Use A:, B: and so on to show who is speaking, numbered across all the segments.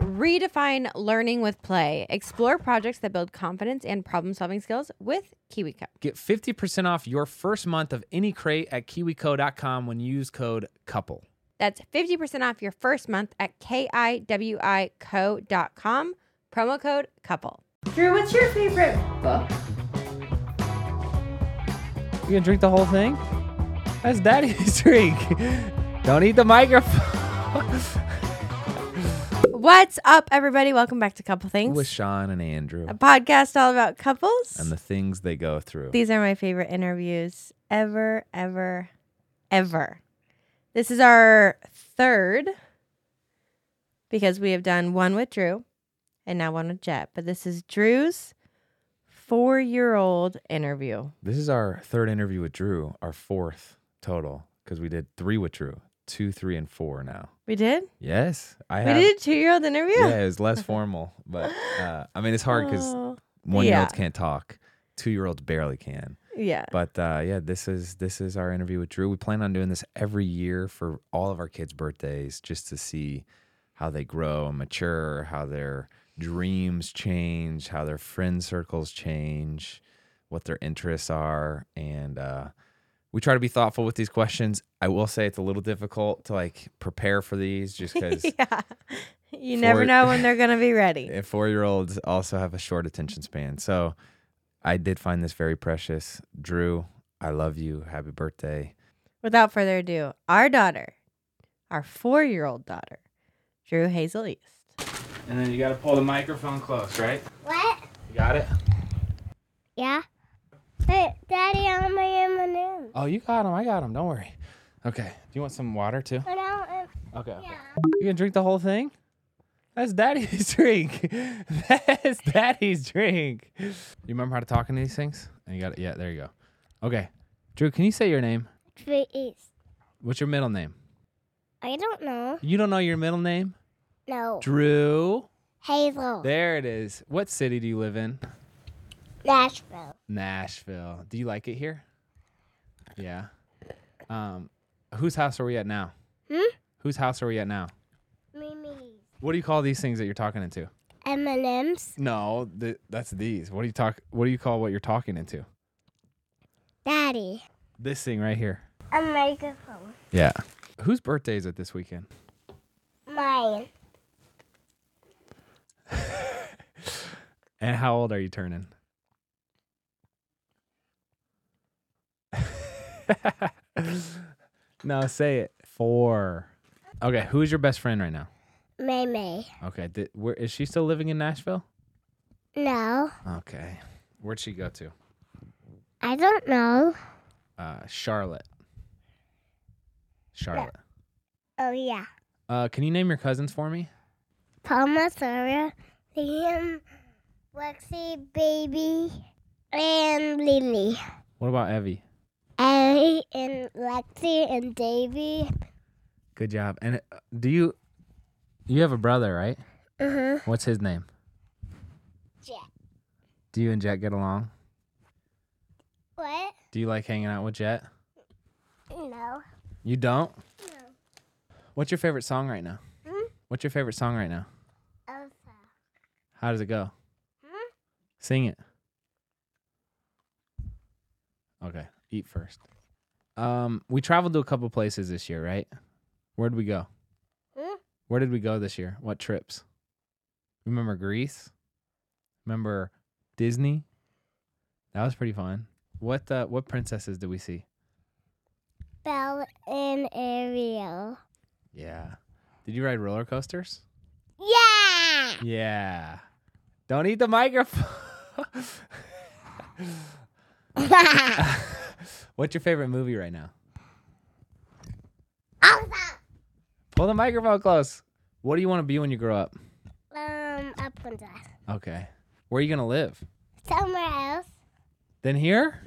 A: Redefine learning with play. Explore projects that build confidence and problem solving skills with KiwiCo.
B: Get 50% off your first month of any crate at kiwico.com when you use code COUPLE.
A: That's 50% off your first month at kiwico.com. Promo code couple. Drew, what's your favorite book?
B: You gonna drink the whole thing? That's daddy's drink. Don't eat the microphone.
A: What's up, everybody? Welcome back to Couple Things,
B: With Sean and Andrew
A: a podcast all about couples.
B: and the things they go through.
A: These are my favorite interviews ever, ever, ever. This is our third because we have done one with Drew and now one with Jet. But this is Drew's four year old interview.
B: This is our third interview with Drew, our fourth total, because we did three with Drew, two, three, and four now.
A: We did?
B: Yes, I
A: We
B: have.
A: did a two year old interview?
B: Yeah, it was less formal, but uh, I mean, it's hard because
A: Oh,
B: one-year-olds
A: yeah.
B: can't talk, two-year-olds barely can.
A: yeah.
B: But uh, yeah, this is this is our interview with Drew. We plan on doing this every year for all of our kids' birthdays, just to see how they grow and mature, how their dreams change, how their friend circles change, what their interests are, and uh, we try to be thoughtful with these questions. I will say it's a little difficult to like prepare for these, just because.
A: yeah. You never
B: Four-
A: know when they're going to be ready.
B: And four year olds eh, also have a short attention span. So I did find this very precious. Drew, I love you. Happy birthday.
A: Without further ado, our daughter, our four year old daughter, Drew Hazel East.
B: And then you got to pull the microphone close, right?
C: What?
B: You got it?
C: Yeah. But Daddy, I want my M&M.
B: Oh, you got him. I got him. Don't worry. Okay. Do you want some water too?
C: But I want
B: Okay. okay.
C: Yeah.
B: You can drink the whole thing? That's daddy's drink. That's daddy's drink. You remember how to talk in these things? And you got it. Yeah, there you go. Okay. Drew, can you say your name?
C: Drew East.
B: What's your middle name?
C: I don't know.
B: You don't know your middle name?
C: No.
B: Drew.
C: Hazel.
B: There it is. What city do you live in?
C: Nashville.
B: Nashville. Do you like it here? Yeah. Um, whose house are we at now?
C: Hmm?
B: Whose house are we at now?
C: Mimi's.
B: What do you call these things that you're talking into?
C: M&M's.
B: No, th- that's these. What do you talk? What do you call what you're talking into?
C: Daddy.
B: This thing right here.
C: A microphone.
B: Yeah. Whose birthday is it this weekend?
C: Mine.
B: And how old are you turning? no, say it. Four. Okay, who is your best friend right now?
C: May May.
B: Okay, th- where is she still living in Nashville?
C: No.
B: Okay, where'd she go to?
C: I don't know.
B: Uh, Charlotte. Charlotte.
C: Oh, yeah.
B: Uh, can you name your cousins for me?
C: Palma, Sarah, Liam, Lexi, baby, and Lily.
B: What about Evie?
C: Ellie and Lexi and Davy.
B: Good job. And uh, do you you have a brother, right?
C: Uh huh.
B: What's his name?
C: Jet.
B: Do you and Jet get along?
C: What?
B: Do you like hanging out with Jet?
C: No.
B: You don't?
C: No.
B: What's your favorite song right now?
C: Hmm?
B: What's your favorite song right now?
C: Elsa.
B: How does it go?
C: Hmm?
B: Sing it. Okay, eat first. Um, we traveled to a couple places this year, right? Where'd we go?
C: Hmm?
B: Where did we go this year? What trips? Remember Greece? Remember Disney? That was pretty fun. What uh, what princesses did we see?
C: Belle and Ariel.
B: Yeah. Did you ride roller coasters?
C: Yeah.
B: Yeah. Don't eat the microphone.
C: Elsa.
B: What's your favorite movie right now? Pull the microphone close. What do you want to be when you grow up?
C: Um, up and down.
B: Okay. Where are you going to live?
C: Somewhere else.
B: Then here?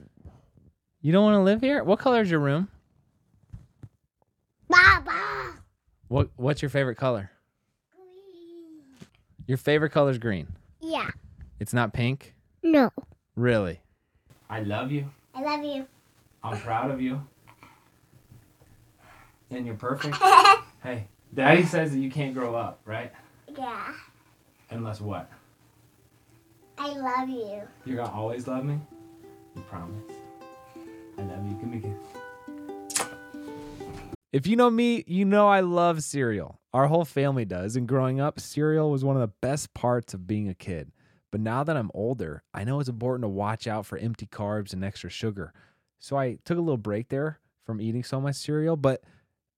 B: You don't want to live here? What color is your room?
C: Baba.
B: What what's your favorite color? Your favorite color is green.
C: Yeah.
B: It's not pink?
C: No.
B: Really? I love you.
C: I love you.
B: I'm proud of you. And you're perfect. hey, daddy says that you can't grow up, right?
C: Yeah.
B: Unless what?
C: I love you.
B: You're gonna always love me? You promise. I love you. Give me a kiss. If you know me, you know I love cereal. Our whole family does, and growing up, cereal was one of the best parts of being a kid. But now that I'm older, I know it's important to watch out for empty carbs and extra sugar. So I took a little break there from eating so much cereal, but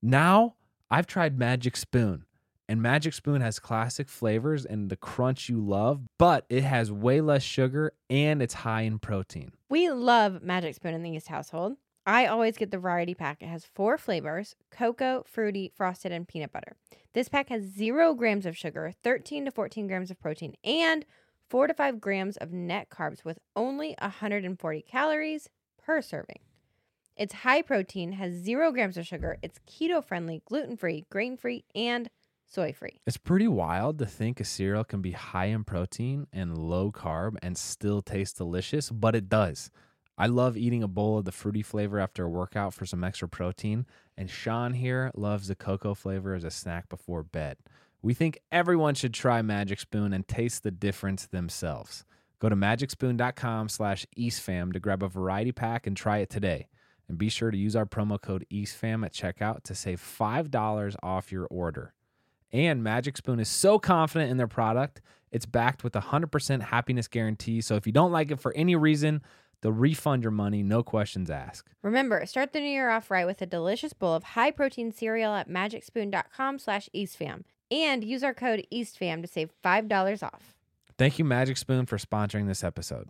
B: now I've tried Magic Spoon. And Magic Spoon has classic flavors and the crunch you love, but it has way less sugar and it's high in protein.
A: We love Magic Spoon in the East household. I always get the variety pack. It has four flavors cocoa, fruity, frosted, and peanut butter. This pack has zero grams of sugar, 13 to 14 grams of protein, and four to five grams of net carbs with only 140 calories per serving. It's high protein, has zero grams of sugar, it's keto friendly, gluten free, grain free, and soy free.
B: It's pretty wild to think a cereal can be high in protein and low carb and still taste delicious, but it does. I love eating a bowl of the fruity flavor after a workout for some extra protein, and Sean here loves the cocoa flavor as a snack before bed. We think everyone should try Magic Spoon and taste the difference themselves. Go to magicspoon.com slash eastfam to grab a variety pack and try it today. And be sure to use our promo code eastfam at checkout to save $5 off your order. And Magic Spoon is so confident in their product, it's backed with a 100% happiness guarantee. So if you don't like it for any reason, they'll refund your money, no questions asked.
A: Remember, start the new year off right with a delicious bowl of high-protein cereal at magicspoon.com slash eastfam. And use our code eastfam to save $5 off.
B: Thank you, Magic Spoon, for sponsoring this episode.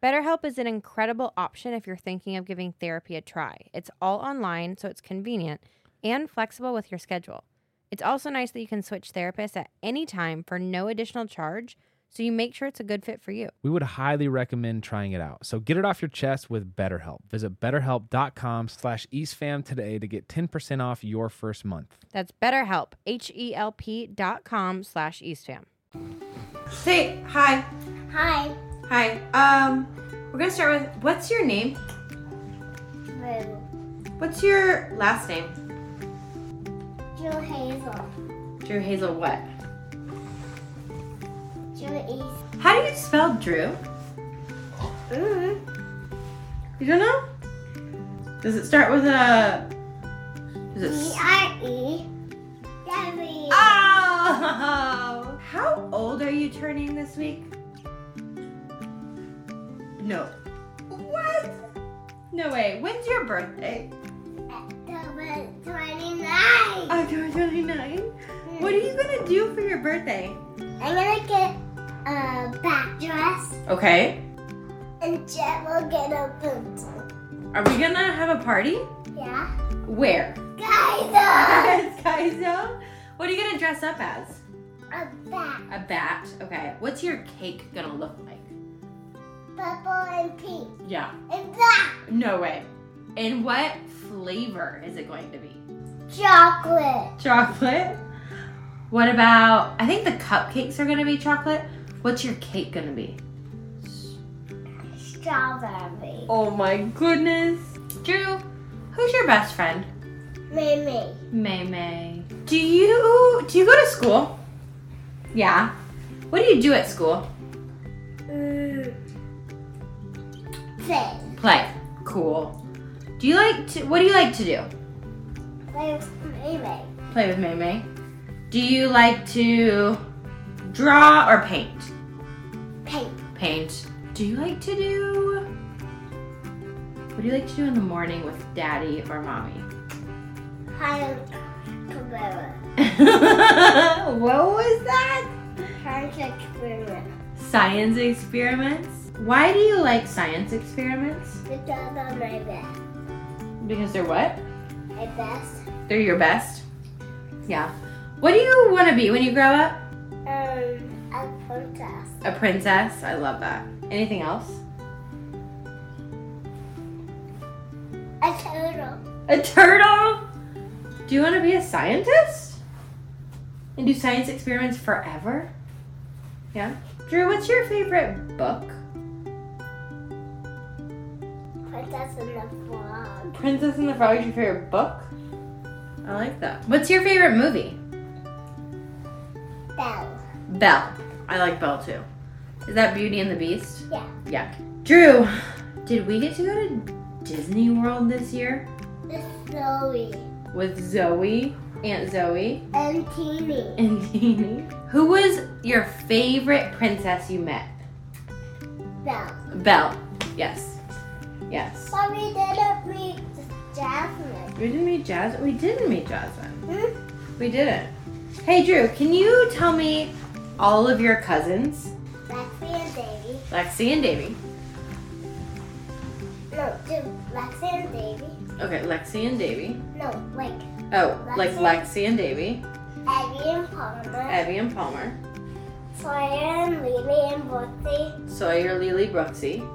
A: BetterHelp is an incredible option if you're thinking of giving therapy a try. It's all online, so it's convenient and flexible with your schedule. It's also nice that you can switch therapists at any time for no additional charge, so you make sure it's a good fit for you.
B: We would highly recommend trying it out. So get it off your chest with BetterHelp. Visit betterhelp.com slash eastfam today to get 10% off your first month.
A: That's BetterHelp, H-E-L-P dot com slash eastfam. Say hi.
C: Hi,
A: Hi. Um, we're going to start with, what's your name?
C: Boo.
A: What's your last name?
C: Joe Hazel.
A: Drew Hazel what?
C: Joe East.
A: How do you spell Drew?
C: Mm.
A: You don't know? Does it start with a? Does it?
C: D
A: s-
C: R E. Debbie.
A: Uh, Oh! How old are you turning this week? No. What?
D: No way. When's your birthday?
C: October 29.
A: October 29? Uh, What are you gonna do for your birthday?
C: I'm gonna get a back dress
A: Okay.
C: and Jet will get a pencil.
A: Are we gonna have a party?
C: Yeah?
A: Where?
C: Guys,
A: Kaizo? What are you gonna dress up as?
C: uh, a bat.
A: A bat. Okay. What's your cake gonna look like?
C: Purple and pink.
A: Yeah.
C: And black.
A: No way. And what flavor is it going to be?
C: Chocolate.
A: Chocolate? What about I think the cupcakes are gonna be chocolate. What's your cake gonna be?
C: Strawberry.
A: Oh my goodness. Drew, who's your best friend?
C: Mimi.
A: May May. Do you do you go to school? Yeah. What do you do at school?
C: Mm. Play.
A: Play. Cool. Do you like to what do you like to do?
C: Play with Mimi.
A: Play with May May. Do you like to draw or paint?
C: Paint.
A: Paint. Do you like to do What do you like to do in the morning with daddy or mommy?
C: Hide Cabrera.
A: what was that?
C: Hide Cabrera.
A: Science experiments? Why do you like science experiments?
C: Because I'm my best.
A: Because they're what?
C: My best.
A: They're your best? Yeah. What do you want to be when you grow up?
C: Um, a princess.
A: A princess. I love that. Anything else?
C: A turtle.
A: A turtle? Do you want to be a scientist? And do science experiments forever? Yeah. Drew, what's your favorite book?
C: Princess in the frog.
A: Princess and the Frog is your favorite book? I like that. What's your favorite movie?
C: Bell.
A: Belle. I like Belle too. Is that Beauty and the Beast?
C: Yeah.
A: Yeah. Drew, did we get to go to Disney World this year?
C: The Zoe.
A: With Zoe, Aunt Zoe,
C: And Teeny.
A: and Jeannie. Who was your favorite princess you met?
C: Bell.
A: Belle. Yes. Yes.
C: But we didn't meet Jasmine.
A: We didn't meet Jasmine. We didn't meet Jasmine.
C: Hmm?
A: We didn't. Hey Drew, can you tell me all of your cousins?
C: Lexi and Davy.
A: Lexi and Davy.
C: No, just Lexi and Davy.
A: Okay, Lexi and Davy.
C: No, like
A: Oh, like
C: Lexi.
A: Lexi Oh. and Davy.
C: Abby and Palmer.
A: Abby and Palmer.
C: Sawyer and Lily and Bootsy.
A: Sawyer, Lily, Brooksy.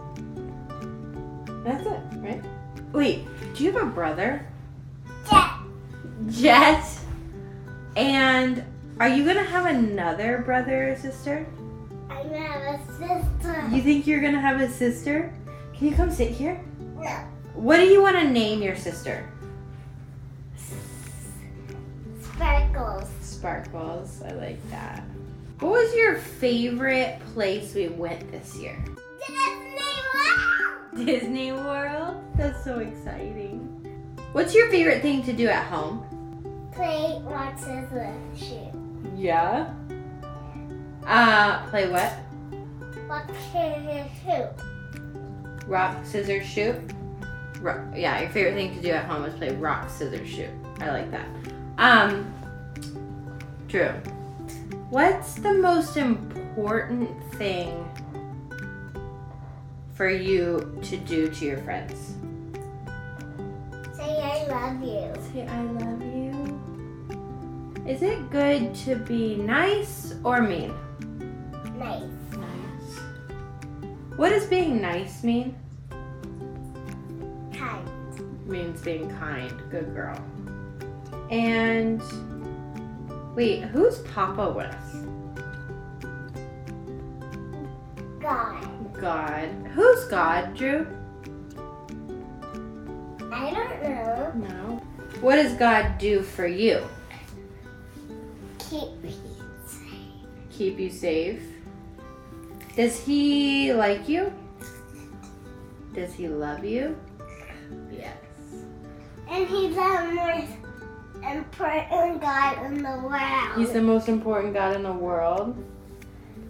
A: That's it, right? Wait, do you have a brother?
C: Jet.
A: Jet. And are you gonna have another brother or sister?
C: I have a sister.
A: You think you're gonna have a sister? Can you come sit here?
C: No.
A: What do you want to name your sister?
C: Sparkles.
A: Sparkles. I like that. What was your favorite place we went this year?
C: Disney World.
A: Disney World. That's so exciting. What's your favorite thing to do at home?
C: Play watches with shoe.
A: Yeah. Uh, play what?
C: Watches with shoe.
A: Rock, scissors, shoot. Ro- yeah, your favorite thing to do at home is play rock, scissors, shoot. I like that. Um, Drew, what's the most important thing for you to do to your friends?
C: Say I love you.
A: Say I love you. Is it good to be nice or mean?
C: Nice.
A: Nice. What does being nice mean?
C: Kind.
A: means being kind. Good girl. And wait, who's Papa with?
C: God.
A: God. Who's God, Drew?
C: I don't know.
A: No. What does God do for you?
C: Keep peace.
A: Keep you safe. Does he like you? Does he love you? Yes.
C: And he's the most important God in the world.
A: He's the most important God in the world.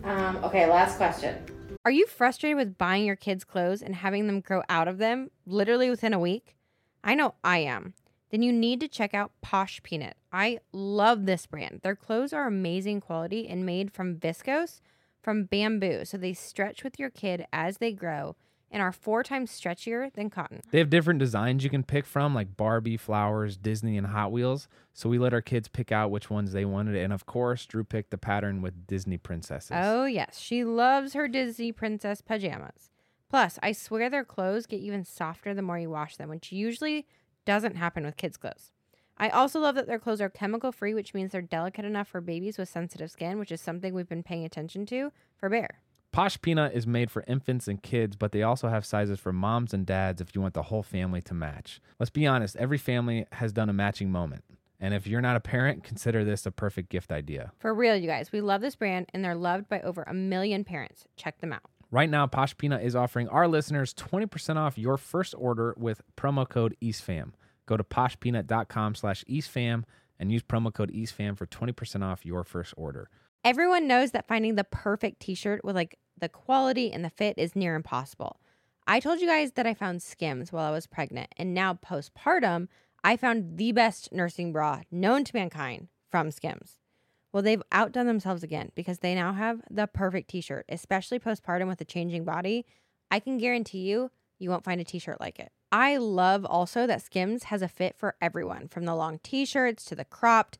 A: Um, okay, last question. Are you frustrated with buying your kids clothes and having them grow out of them literally within a week? I know I am. Then you need to check out Posh Peanut. I love this brand. Their clothes are amazing quality and made from viscose from bamboo, so they stretch with your kid as they grow and are four times stretchier than cotton.
B: They have different designs you can pick from, like Barbie, flowers, Disney, and Hot Wheels. So we let our kids pick out which ones they wanted. And of course, Drew picked the pattern with Disney princesses.
A: Oh, yes. She loves her Disney princess pajamas. Plus, I swear their clothes get even softer the more you wash them, which usually doesn't happen with kids' clothes. I also love that their clothes are chemical free, which means they're delicate enough for babies with sensitive skin, which is something we've been paying attention to for Bear.
B: Posh Peanut is made for infants and kids, but they also have sizes for moms and dads if you want the whole family to match. Let's be honest, every family has done a matching moment. And if you're not a parent, consider this a perfect gift idea.
A: For real, you guys, we love this brand and they're loved by over a million parents. Check them out.
B: Right now, Posh Peanut is offering our listeners 20% off your first order with promo code EastFam. Go to poshpeanut.com slash EastFam and use promo code EastFam for 20% off your first order.
A: Everyone knows that finding the perfect t shirt with like the quality and the fit is near impossible. I told you guys that I found skims while I was pregnant, and now postpartum, I found the best nursing bra known to mankind from skims. Well, they've outdone themselves again because they now have the perfect t shirt, especially postpartum with a changing body. I can guarantee you, you won't find a t shirt like it. I love also that Skims has a fit for everyone from the long t shirts to the cropped.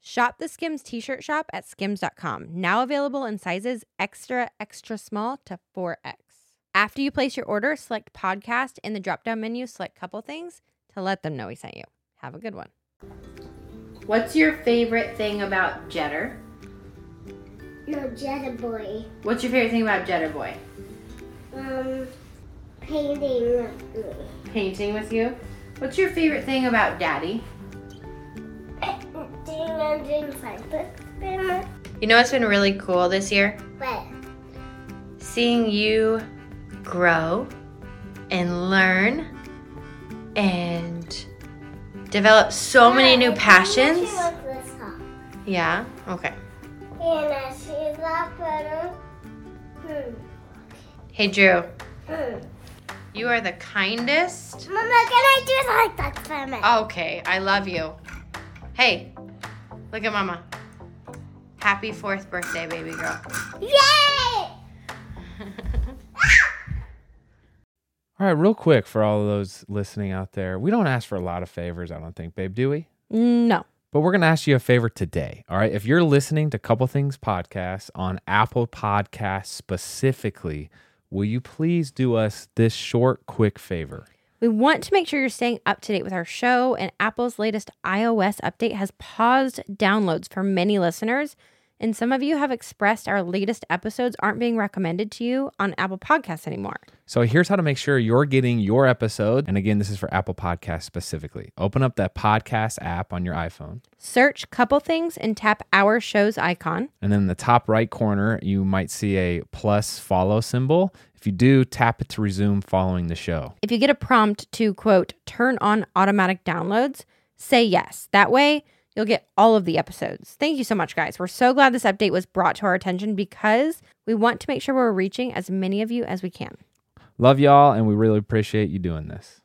A: Shop the Skims t shirt shop at skims.com, now available in sizes extra, extra small to 4X. After you place your order, select podcast in the drop down menu, select couple things to let them know we sent you. Have a good one.
E: What's your favorite thing about Jetter?
C: No, Jetta Boy.
E: What's your favorite thing about Jetter Boy?
C: Um, painting with me.
E: Painting with you? What's your favorite thing about Daddy?
C: Doing and doing fun. But, but,
E: You know what's been really cool this year?
C: but,
E: seeing you grow and learn and develop so many new passions.
C: And
E: Yeah, okay.
C: I see that photo. Hmm.
E: Hey, Drew,
C: Hmm.
E: you are the kindest.
C: Mama, can I do hot dog for me?
E: Uh, Okay, I love you. Hey, look at Mama. Happy fourth birthday, baby girl.
C: Yay!
B: All right, real quick for all of those listening out there, we don't ask for a lot of favors, I don't think, babe, do we?
A: No.
B: But we're going to ask you a favor today. All right. If you're listening to Couple Things Podcast on Apple Podcasts specifically, will you please do us this short, quick favor?
A: We want to make sure you're staying up to date with our show, and Apple's latest iOS update has paused downloads for many listeners. And some of you have expressed our latest episodes aren't being recommended to you on Apple Podcasts anymore.
B: So here's how to make sure you're getting your episode. And again, this is for Apple Podcasts specifically. Open up that podcast app on your iPhone.
A: Search couple things and tap our show's icon.
B: And then in the top right corner, you might see a plus follow symbol. If you do, tap it to resume following the show.
A: If you get a prompt to quote, turn on automatic downloads, say yes. That way, you'll get all of the episodes. Thank you so much, guys. We're so glad this update was brought to our attention because we want to make sure we're reaching as many of you as we can.
B: Love y'all, and we really appreciate you doing this.